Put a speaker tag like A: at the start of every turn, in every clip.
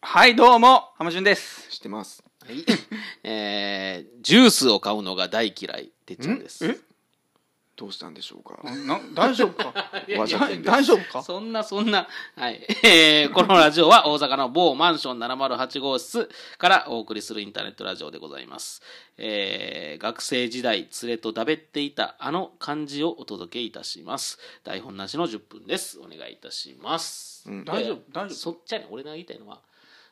A: はい、どうも、浜潤です。
B: 知ってます。
C: はいえー、ジュースを買うのが大嫌い、てっちゃんです。
A: え
B: どうしたんでしょうか。
A: な、大丈夫か
C: いや
B: わ
C: い
B: ざ
C: や
B: と言うんです
A: 大丈夫か
C: そんなそんな、はい。えーこのラジオは大阪の某マンション708号室からお送りするインターネットラジオでございます。えー学生時代、連れとだべっていたあの漢字をお届けいたします。台本なしの10分です。お願いいたします。
B: うん
A: 大丈夫大丈夫
C: そっちゃね、俺が言いたいのは、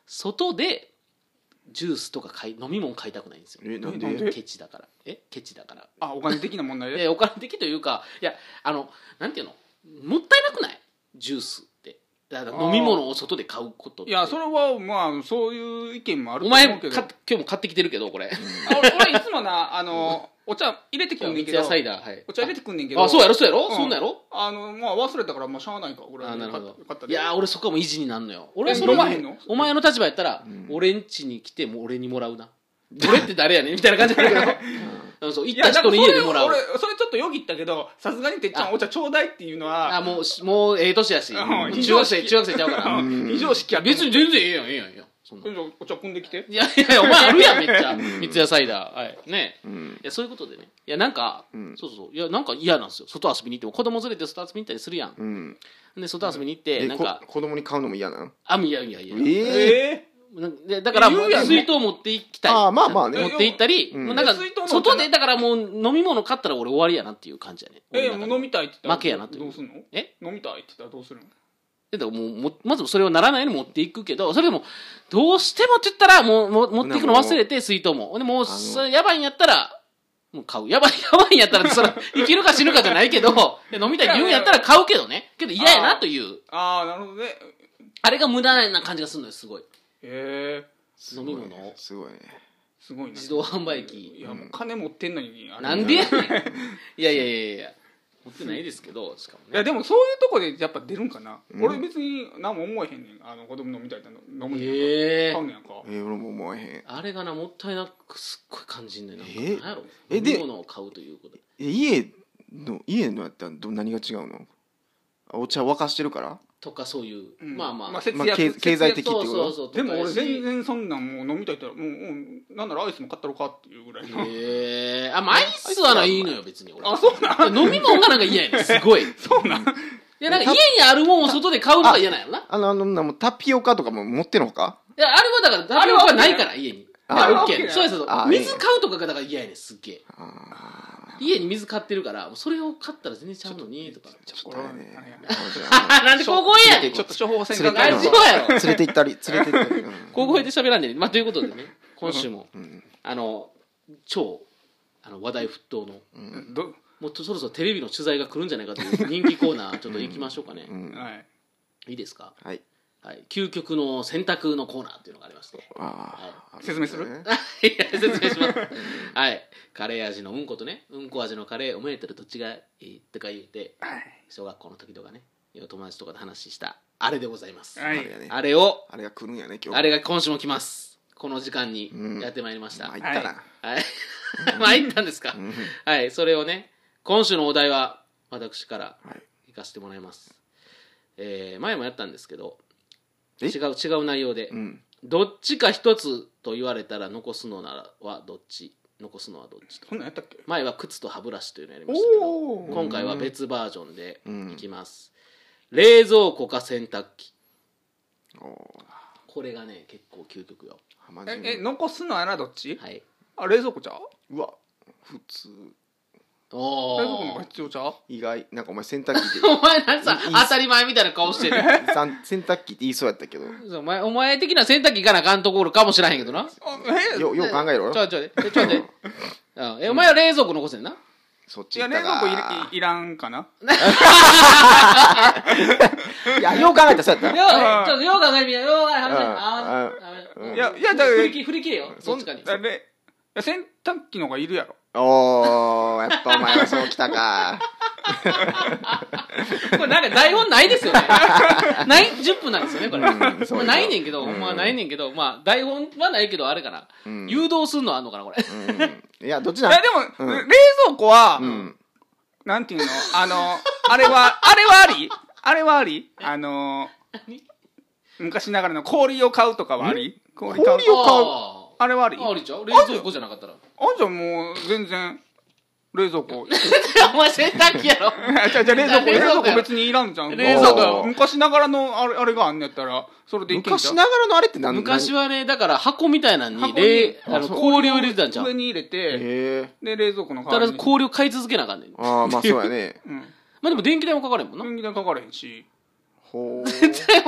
C: 外でジュースとか買い飲み物買いたくないんですよ。
B: え、なん
A: なんで
B: で。
C: ケチだから。えケチだから。
A: あ、お金的な問題で。
C: でお金的というかいやあのなんていうのもったいなくないジュースってだから飲み物を外で買うことっ
A: い
C: て
A: や、それは、まあ、そういう意見もある
C: お
A: と思
C: 前
A: う
C: か
A: けど。
C: 今日も買ってきてるけどこれ
A: あ俺俺いつもな、あ の、お茶入れてくんねん
C: 三
A: け
C: ツ
A: ど
C: 矢、サイダーはい
A: お茶入れてくんねんけど、
C: あそうやろそうやろ、
A: うん
C: そんなんやろ
A: あの、まあ、忘れたから、まあ、しゃあないか、俺
C: あ
A: は
C: なるほ
A: 買っ
C: ど
A: た買った
C: い
A: で。
C: やー俺そこはもう維持になんのよ俺は
A: え
C: その
A: 飲まへんの
C: お前の立場やったら、
B: うん
C: 俺ん家に来てもう俺にもらうな俺って誰やねんみたいな感じだけどうんそう行
A: い
C: った
A: や、だから
C: 人の
A: そ
C: 家
A: れ
C: でもらう
A: 俺、それちょっとよぎったけど、さすがにてっちゃ
C: あ
A: んお茶ちょうだいっていうの
C: あ
A: は、
C: もうしもうええ年やし、
A: うん非
C: 中
A: 常
C: 学
A: 識
C: 生中学生ちゃうから、
A: うん非常識やった
C: 別に全然ええやんええやんええやんそんな
A: それじゃあお茶汲んできて。
C: いやいやいや、お前あるやん、めっちゃ。三ツ矢サイダー。はい。ね
B: うん
C: い。や、そういうことでね。いや、なんか、
B: うん
C: そうそうそう。いや、なんか嫌なんですよ。外遊びに行っても、子供連れて外遊びに行ったりするやん。
B: うん。
C: で、外遊びに行って、
B: え、
C: なん
B: こ
C: か、、
B: 子供に買うのも嫌なの。
C: あ、いやいやいや。
B: ええ。
A: え
C: なんでだから、
A: 言うやんね
C: 水筒持って行きたい。
B: あーまあまあね
C: 持って行ったり、
B: うん
C: もうなんか
A: 水筒のお、茶
C: 外で、だからもう飲み物買ったら俺終わりやなっていう感じやね。
A: え、え
C: 俺
A: もう
C: の中で
A: 飲みたいって言ったら。
C: 負けやなという
A: どうすんの
C: え
A: 飲みたいって言ったらどうするの
C: でだからもうもまずそれをならないように持っていくけど、それでも、どうしてもって言ったら、もう、もう持っていくの忘れて、水筒も。ほんで、もう、それやばいんやったら、もう買う。やばい、やばいんやったら、そ れ、生きるか死ぬかじゃないけど、で飲みたいって言うんやったら買うけどね。けど嫌やなという、
A: ああ、なるほどね。
C: あれが無駄な感じがするのよ、すごい。
A: ええ
C: 飲み物を。
B: すごいね。
A: すごいね。
C: 自動販売
A: い
C: 機。
A: や、もう金持ってんのに。あれ
C: なんでやねん。いやいやいやいや。持ってないですけど、しかも
A: いや
C: ね。
A: でもそういうとこでやっぱ出るんかな、
B: うん
A: 俺別に何も思えへんねんあの子供飲みたいなの飲むねんやんか、
C: へえ
A: 買うねんやんか
B: えー、俺も思わへん。
C: あれがな、もったいなくすっごい感じんねんなんか。
B: え
C: なんやろ。
B: え
C: 飲
B: で
C: み物を買うということ。
B: え、家の、家のやったら、ど、何が違うの。あお茶沸かしてるから。
C: とかそういう、
A: うん
C: まあまあ、
A: 節約、
B: まあ経
A: 節約
B: 経済的って
C: そ
B: こ
C: うそう
B: と。
C: そう
A: でも俺全
C: へ
A: 然そんなんもう飲みたいって言ったらもううんなんならアイスも買ったろかっていうぐらいの、
C: えー、あまあアイスはないいのよ別に俺
A: あそうなん
C: 飲み物がなんか嫌やねん すごいい
A: そうなん
C: やなんか家にあるもんを外で買うのが嫌なんやろない
B: あの、あの、なんもタピオカとかも持ってんのか。
C: やあれはだからタピオカがないから家に
B: あ
C: あれは
A: あ
C: OK そうやそう
B: あ
C: や
B: いいね
C: 水買うとかがだから嫌やねんすっげえ
B: ああ。
C: 家に水買ってるからもうそれを買ったら全然ちゃうのにとか
B: ちょっとあれね
A: あれや。
C: あなんで高校へやねん
A: ちょっと処方箋
B: 連れ
A: が
B: て行
C: ラ
B: った
C: ジオ
B: の
C: やろ
B: 連れて行ったり、連れて行ったり。うん
C: 高校へで喋らんねんまあということでね今週も
B: うん。
C: あの超あの話題沸騰の
A: うんど
C: もうとそろそろテレビの取材が来るんじゃないかという人気コーナーちょっと行きましょうかね、
B: うん。
A: はい
C: いいですか、
B: はい。
C: はい、究極の選択のコーナーっていうのがありまして
B: ああ。
A: 説明する
B: ね
C: いや説明しますはいカレー味のうんことねうんこ味のカレーおめでとうどっちがいいとか言うて
A: はい
C: 小学校の時とかね友達とかで話したあれでございます、
A: は
B: あ
A: い
B: れやね。
C: あれを
B: あれが来るんやね、今日。
C: あれが今週も来ますこの時間に
B: うん
C: やってまいりました、
B: まあ、
C: は
B: 行
C: い
B: ったな。
C: 参ったんですか、
B: うん。
C: はいそれをね今週のお題は私から
B: はい。
C: 行かせてもらいます、えー前もやったんですけど
B: え
C: 違う違う内容で、
B: うん。
C: どっちか一つと言われたら残すのならはどっち残すのはどっちと
A: そんなんやったっけ
C: 前は靴と歯ブラシというのやりましたけど
A: おお
C: 今回は別バージョンで
B: うん
C: いきます、冷蔵庫か洗濯機
B: おお。
C: これがね結構究極よ
B: 浜
A: え
B: 順
A: え残すのはなどっち、
C: はい
A: あ冷蔵庫ちゃう
B: うわ普通
C: お
A: 冷蔵庫の方
C: お
A: が必要ちゃう
B: 意外なんかお前洗濯機
C: お前なんさ
B: いいっす
C: 当たり前みたいな顔してる
B: でさん洗濯機って言いそうやったけどよ
C: お前お前的な洗濯機行かなあかんところかもしらへんけどなち
A: あえ
B: うよう考えろ
C: ょちょちょちょちょちょうんえお前は冷蔵庫残せんな
B: そっ
A: い
B: ち行
A: や
B: っ
A: 冷蔵
B: た
A: 庫い
B: か
A: いいらんかない
B: やよう考えたらそうやっ
C: よう
B: たな
C: ちょっとよう考えてみようよう考えてみよう
B: う
C: あ
B: ん
C: ーダメ
B: うん
A: いやいやだから
C: 振り切れ振り切れよ
A: そ
C: ど
A: ん
C: っちかに
A: だかられいや洗濯機の方がいるやろ
B: おーやっぱお前はそうきたか
C: これなんか台本ないですよね。 ない、10分なんですよね、これ。
B: うんそう
C: ま
B: よ
C: あ、ないねんけど、
B: うん
C: まあないねんけど、まあ台本はないけど、あれかな。
B: うん
C: 誘導するのあんのかな、これ。
B: うんいやどっち
A: い
B: だ
A: やでも、
B: うん
A: 冷蔵庫は、
B: うん
A: なんていうのあの、あれは、あれはありあれはありあの、昔ながらの氷を買うとかはあり氷買う
B: 氷を買う
C: あ
A: あれはあり
C: ーあ
A: あ
C: りちゃう冷蔵庫じゃなかったら
A: んじゃんもう全然冷蔵 庫
C: お前洗濯機やろ
A: じゃあじゃあ冷蔵庫
C: 冷
A: 冷
C: 蔵庫
A: 蔵庫別にいらんじゃん
C: 冷
B: 蔵庫
A: あー昔ながらのあれあれがあんねやったらそれでいけんじゃ
B: 昔
A: ん
B: ながらのあれって何
C: 昔
B: は
C: はねだから箱みたいなのに
A: 箱に
C: 冷あの
A: そう
C: 氷を入れてたんちゃう
A: 上に入れて
B: へえ
A: で冷蔵庫の代
C: た
A: わ
C: だ
A: りに
C: 氷を買い続けなあかんねんま
B: ああまあそうやね
A: うん
C: あでも電気代もかかれんもんな
A: 電気代かかれへんし
B: ほう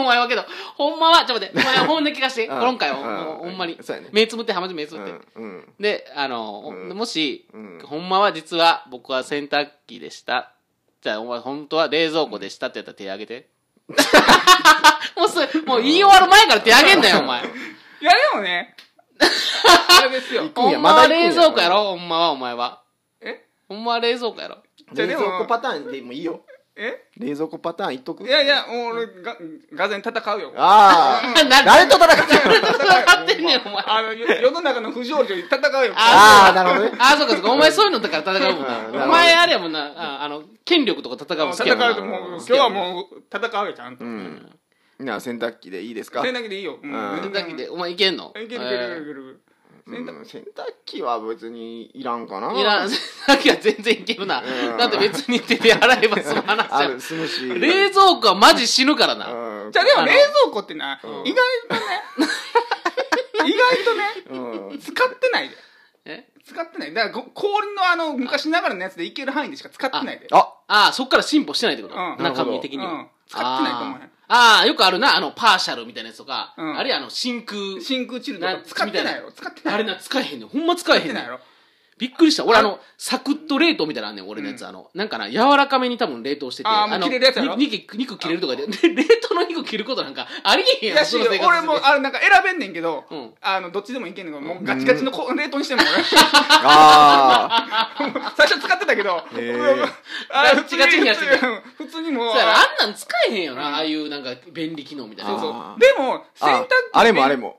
C: お前はけど、ほんまは、ちょっと待って、お前は本音聞かせて、
B: うん
C: この回は、
B: うん
C: もうほんまに
B: そうやね。
C: 目つむって、浜地目つむ
B: う
C: って。
B: んうん
C: で、あの、
B: うん
C: もし、
B: うん
C: ほんまは実は僕は洗濯機でした。じゃあ、お前本当は冷蔵庫でしたってやったら手挙げ て。もうそれ、もう言い終わる前から手挙げんなよ、お前。
A: いやでもねあれですよ
B: くんや
C: ほんまは
B: まだ行くんや
C: 冷蔵庫やろ、ほんまは、お前は。
A: え
C: ほんまは冷蔵庫やろ。
A: じゃあ
B: 冷
A: でも
B: 蔵庫パターンでもいいよ
A: え
B: 冷蔵庫パターン言っとく
A: いやいやもう俺ががぜん戦うよ
B: あ
C: な
B: あ誰と戦ってる
C: 戦ってんねん、お前。
A: あのよ世の中の不条理と戦うよ
B: あーなるほどね
C: あー、そうか、そうか。お前そういうのだから戦うも
B: う
C: ん
B: ん
C: な。
B: なるほど
C: お前あれやもんな、ああの、権力とか戦うの好きやも
A: 戦
C: んな。
A: うともう今日はもう戦うよちゃんと
B: うんなあ洗濯機でいいですか
A: それだけでいいよも
B: う
A: うん
C: 洗濯機で、お前いけんの
A: いけるいけるいける
B: う
A: 洗濯
B: ん洗濯機は別にいらんかな
C: えーいらん、洗濯機は全然いけるな
B: う。ん
C: だって別に手で洗えば済む話
B: あ
C: や
B: る済むし
C: 冷蔵庫はマジ死ぬからな。
B: うん
A: じゃあでも
C: あの
A: 冷蔵庫ってな意
B: う
A: 外と
B: ん
A: ね意外とね
B: うん
A: 使ってないで
C: え
A: 使ってないだからこ氷のあの昔ながらのやつでいける範囲でしか使ってないで
B: あ
C: ああ、そっから進歩してないってこと
A: うん
C: 中身的に
A: うん
C: は。
A: 使ってないと思うね
C: あーあー、よくあるな、あの、パーシャルみたいなやつとか、
A: うん
C: あれやあの、真空。
A: 真空チルとか
C: な
A: 使ってないよ使ってない
C: あれな、使えへんの。ほんま使え
A: 使っ
C: へ
A: て
C: んの
A: ない。よ
C: びっくりした。俺、あの、サクッと冷凍みたいなのあんねん、俺のやつ。あの、なんかな、柔らかめに多分冷凍してて。
A: あーもう
C: の
A: 切れるやつやろ
C: に肉、肉切れるとかで。で冷凍の肉切ることなんか、ありえへんや
A: や
C: ん、
A: し
C: その生活
A: 俺もあれなんか選べんねんけど
C: うん
A: あのどっちでもいけんねんけどもうガチガチの こ冷凍にしてんもん俺
B: あ
A: 最初使ってたけど、
B: へー
A: うんあ
C: ガチガチにやってて
A: 普通にもう
C: そうやなあんなん使えへんよな、ああいうなんか便利機能みたい
A: そう
C: な。
A: そ
B: あ
A: うでも洗濯
B: あ
A: 機
B: あれもあれも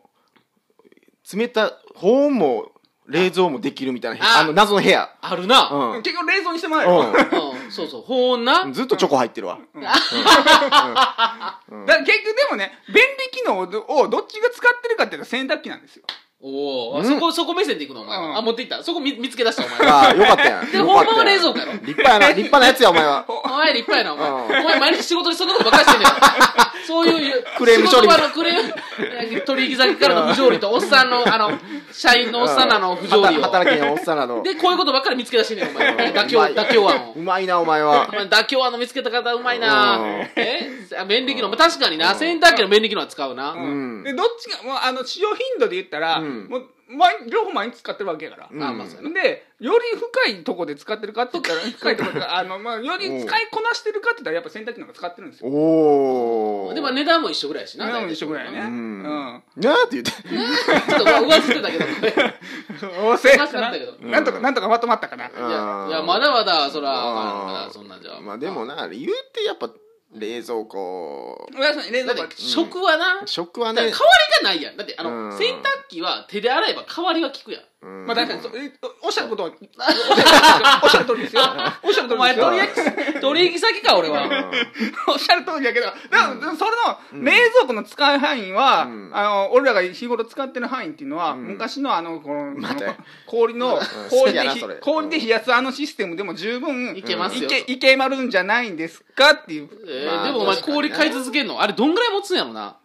B: 冷た保温も冷蔵もできるみたいな
C: あ
B: あの謎の部屋
C: あるな。
B: うん
A: 結局冷蔵にしてもらえよ、
B: う
C: うん、そうそう、保温な。
B: んずっとチョコ入ってるわ
A: だから結局でもね便利機能をどをどっちが使ってるかっていうと洗濯機なんですよ
C: おお、
B: うん
C: そこ、そこ目線でいくの、お前は。
A: うん
C: あ、持っていった。そこ見見つけ出した、お 前は。
B: ああよかったやん
C: で、
B: よ
C: ほん
B: か
C: ま
B: ったや
C: は
B: ん
C: 冷蔵庫やろ。
B: 立派やな立派なやつやお前は
C: お前立派やな、お前。
B: う
C: お前毎日仕事でそんなことばっかりしてんね ん。そういう、
B: クレーム処理
C: 仕事場のクレーム、取引先からの不条理と、おっさんの、あの、社員 のおっさんらの不条理
B: うん
C: を。
B: 働けへんおっさんらの
C: で、こういうことばっかり見つけ出してんねん、お前。
B: うん
C: 妥協、
B: うまい
C: 妥協案を
B: う。まいなお前は
C: お前妥協案の見つけた方うまいな
B: うん
C: えあ便利機能。まあ確かにな、洗濯機の便利機能は使うな。
B: ん
A: でどっちがもうあの使用頻度で言ったら、
B: うん
A: もう毎両方毎日使ってるわけやから、
B: うん
C: まあまあそうやな
A: でより深いとこで使ってるかって言 ったら深いとこであの、まあ、より使いこなしてるかって言ったらやっぱ洗濯機の方が使ってるんですよ
B: おお
C: でも値段も一緒ぐらいやしな。
A: 値段も一緒ぐらいやね
B: う
A: うんん
B: なあって言って
C: 大体。ちょっとまあ上ずってたけど。
A: おせ
C: おかしくなったけど
A: なんとかなんとかまとまったかな、
B: うん
C: いや
B: あー
C: いや、まだまだ、そら、
B: あー
C: まだそんなんじゃ。
B: まあでもな言うてやっぱ冷蔵庫
A: おやすみ冷
C: だ
A: 蔵
C: っ
A: 庫
C: て、食はな、
B: 食は
C: だから
B: ね
C: 変わりがないやんだってあの、
B: うん
C: 洗濯機は手で洗えば変わりは効くやん
B: うん
A: まあ確かにそうえおっしゃる ことはおっしゃる通りですよおっしゃる通
C: お
A: りで
C: 前
A: すよおっ
C: 取
A: しゃる通りですよ
C: り取引先か俺は、
A: おっしゃる通りやけどでもでもそれの冷蔵庫の使う範囲は、
B: うん
A: あの俺らが日頃使ってる範囲っていうのは、
B: ん
A: 昔のあのこの
B: ま
A: こ
B: た
A: の氷の
B: ん好
A: 氷
B: きや
A: で
B: な
A: ひ
B: それ
A: 氷で冷やすあのシステムでも十分
C: いけますよ
A: いけいけまるんじゃないんですかっていう
C: えー
B: まあ
C: でもお前
B: 確かに
C: 氷
B: ね
C: 買い続けんのあれどんぐらい持つんやろない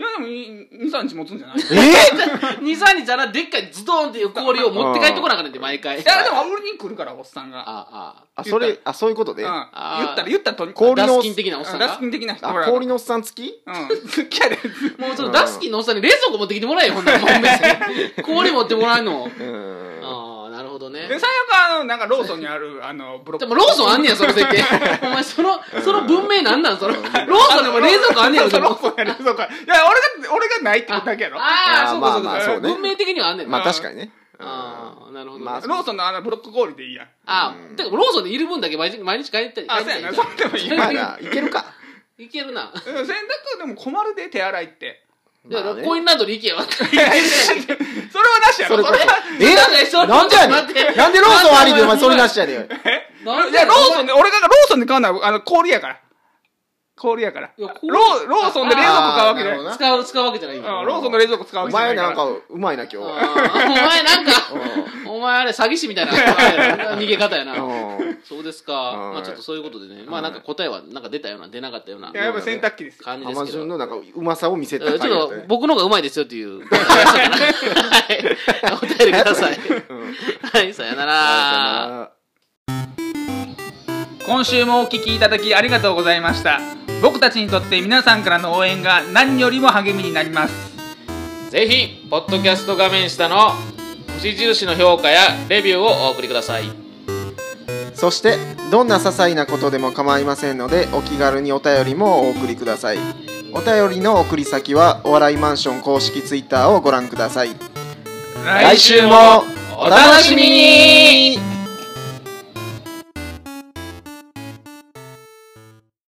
A: やでも23日持つんじゃない
B: え ー
C: 23日あらでっかいズドンっていう氷を持って帰ってこなあかんねんって毎回
A: いやでも俺に来るからおっさんが、
C: ああ
B: あそれあそういうこと
A: うん、
B: で
A: 言
B: あ
C: ー
A: ったら言ったらとに
B: 氷
C: ダ
B: の
C: スキン的なおっさん
A: ラ
C: が
A: スキン的な人
B: 氷のおっさん付き
A: うん好きやで
C: もうそのダスキンのおっさんに冷蔵庫持ってきてもらえよほんならもう別に氷持ってもらえん
B: う
C: の
B: ん
C: ああなるほどね
A: で最悪あのなんかローソンにあるあのブロッ
C: で
A: ク
C: もローソンあんねやその設定お前そのその文明なんなんそのローソンでも冷蔵庫あんねやろ
A: そう
C: で
A: そうロ
C: も
A: ーソンや冷蔵庫いや俺が俺がないってことだけやろ
C: ああ、
B: あー
C: そうかそうか、
B: まあまあ
C: そうか
B: そうね
C: 文明的にはあんねんな。
B: まあ確かにね
C: ああ、なるほどね。
B: ま
C: あ
B: あ
A: ローソンのあのブロック氷でいいやん
C: あー、てかローソンでいる分だけ毎日毎日買いに行ったり。
A: あそうやな
C: 買
A: そ
C: いに行っ
A: うでもいいや
B: まあ
A: んうん
B: ないける か
C: たりいけるな。
A: 洗濯でも困るで手洗いって
C: いや
B: まあね
C: コインランドリ ー行けよ。
A: それはなしやろ
B: それこ
A: それは
B: え
C: それ
B: なんでや
C: 待って
B: ねんなんでローソンありでお前それなしやねん
A: いやローソンで俺がローソンで買うのはあの氷やから氷やから
C: いや
A: ロ
C: 氷
A: ーローソンで冷蔵庫買うわけじゃない
B: あーなるほどな
C: 使う、使うわけじゃない
A: うん
C: よ。
A: ローソンの冷蔵庫使う
B: お
A: わけじゃな
B: 前
A: いから
B: なんかうまいな今
C: あ
B: 日
C: ーお前なんか、お前あれ詐欺師みたいな逃げ方やな。
B: うん
C: そうですか。
B: うん
C: まあちょっとそういうことでね。まあなんか答えはなんか出たような、出なかったようない
A: ややっぱ洗濯機ですよ
C: 感じ
B: ア
C: です
B: マ
C: け
B: ゾ
C: ど
B: ン。のなんかうまさを見せ
C: え
B: た
C: ー
B: 回
C: ち
B: だっ
C: ょったと
B: ね
C: 僕の方がうまいですよっていう。はい。お便りください。はい、さよなら。
B: あ
A: 今週もお聞きいただきありがとうございました僕たちにとって皆さんからの応援が何よりも励みになります
C: ぜひ、ポッドキャスト画面下の星印の評価やレビューをお送りください。
B: ーそしてどんな些細なことでも構いませんのでお気軽にお便りもお送りくださいお便りの送り先はお笑いマンション公式ツイッターをご覧ください
A: 来
B: 来週もお楽しみに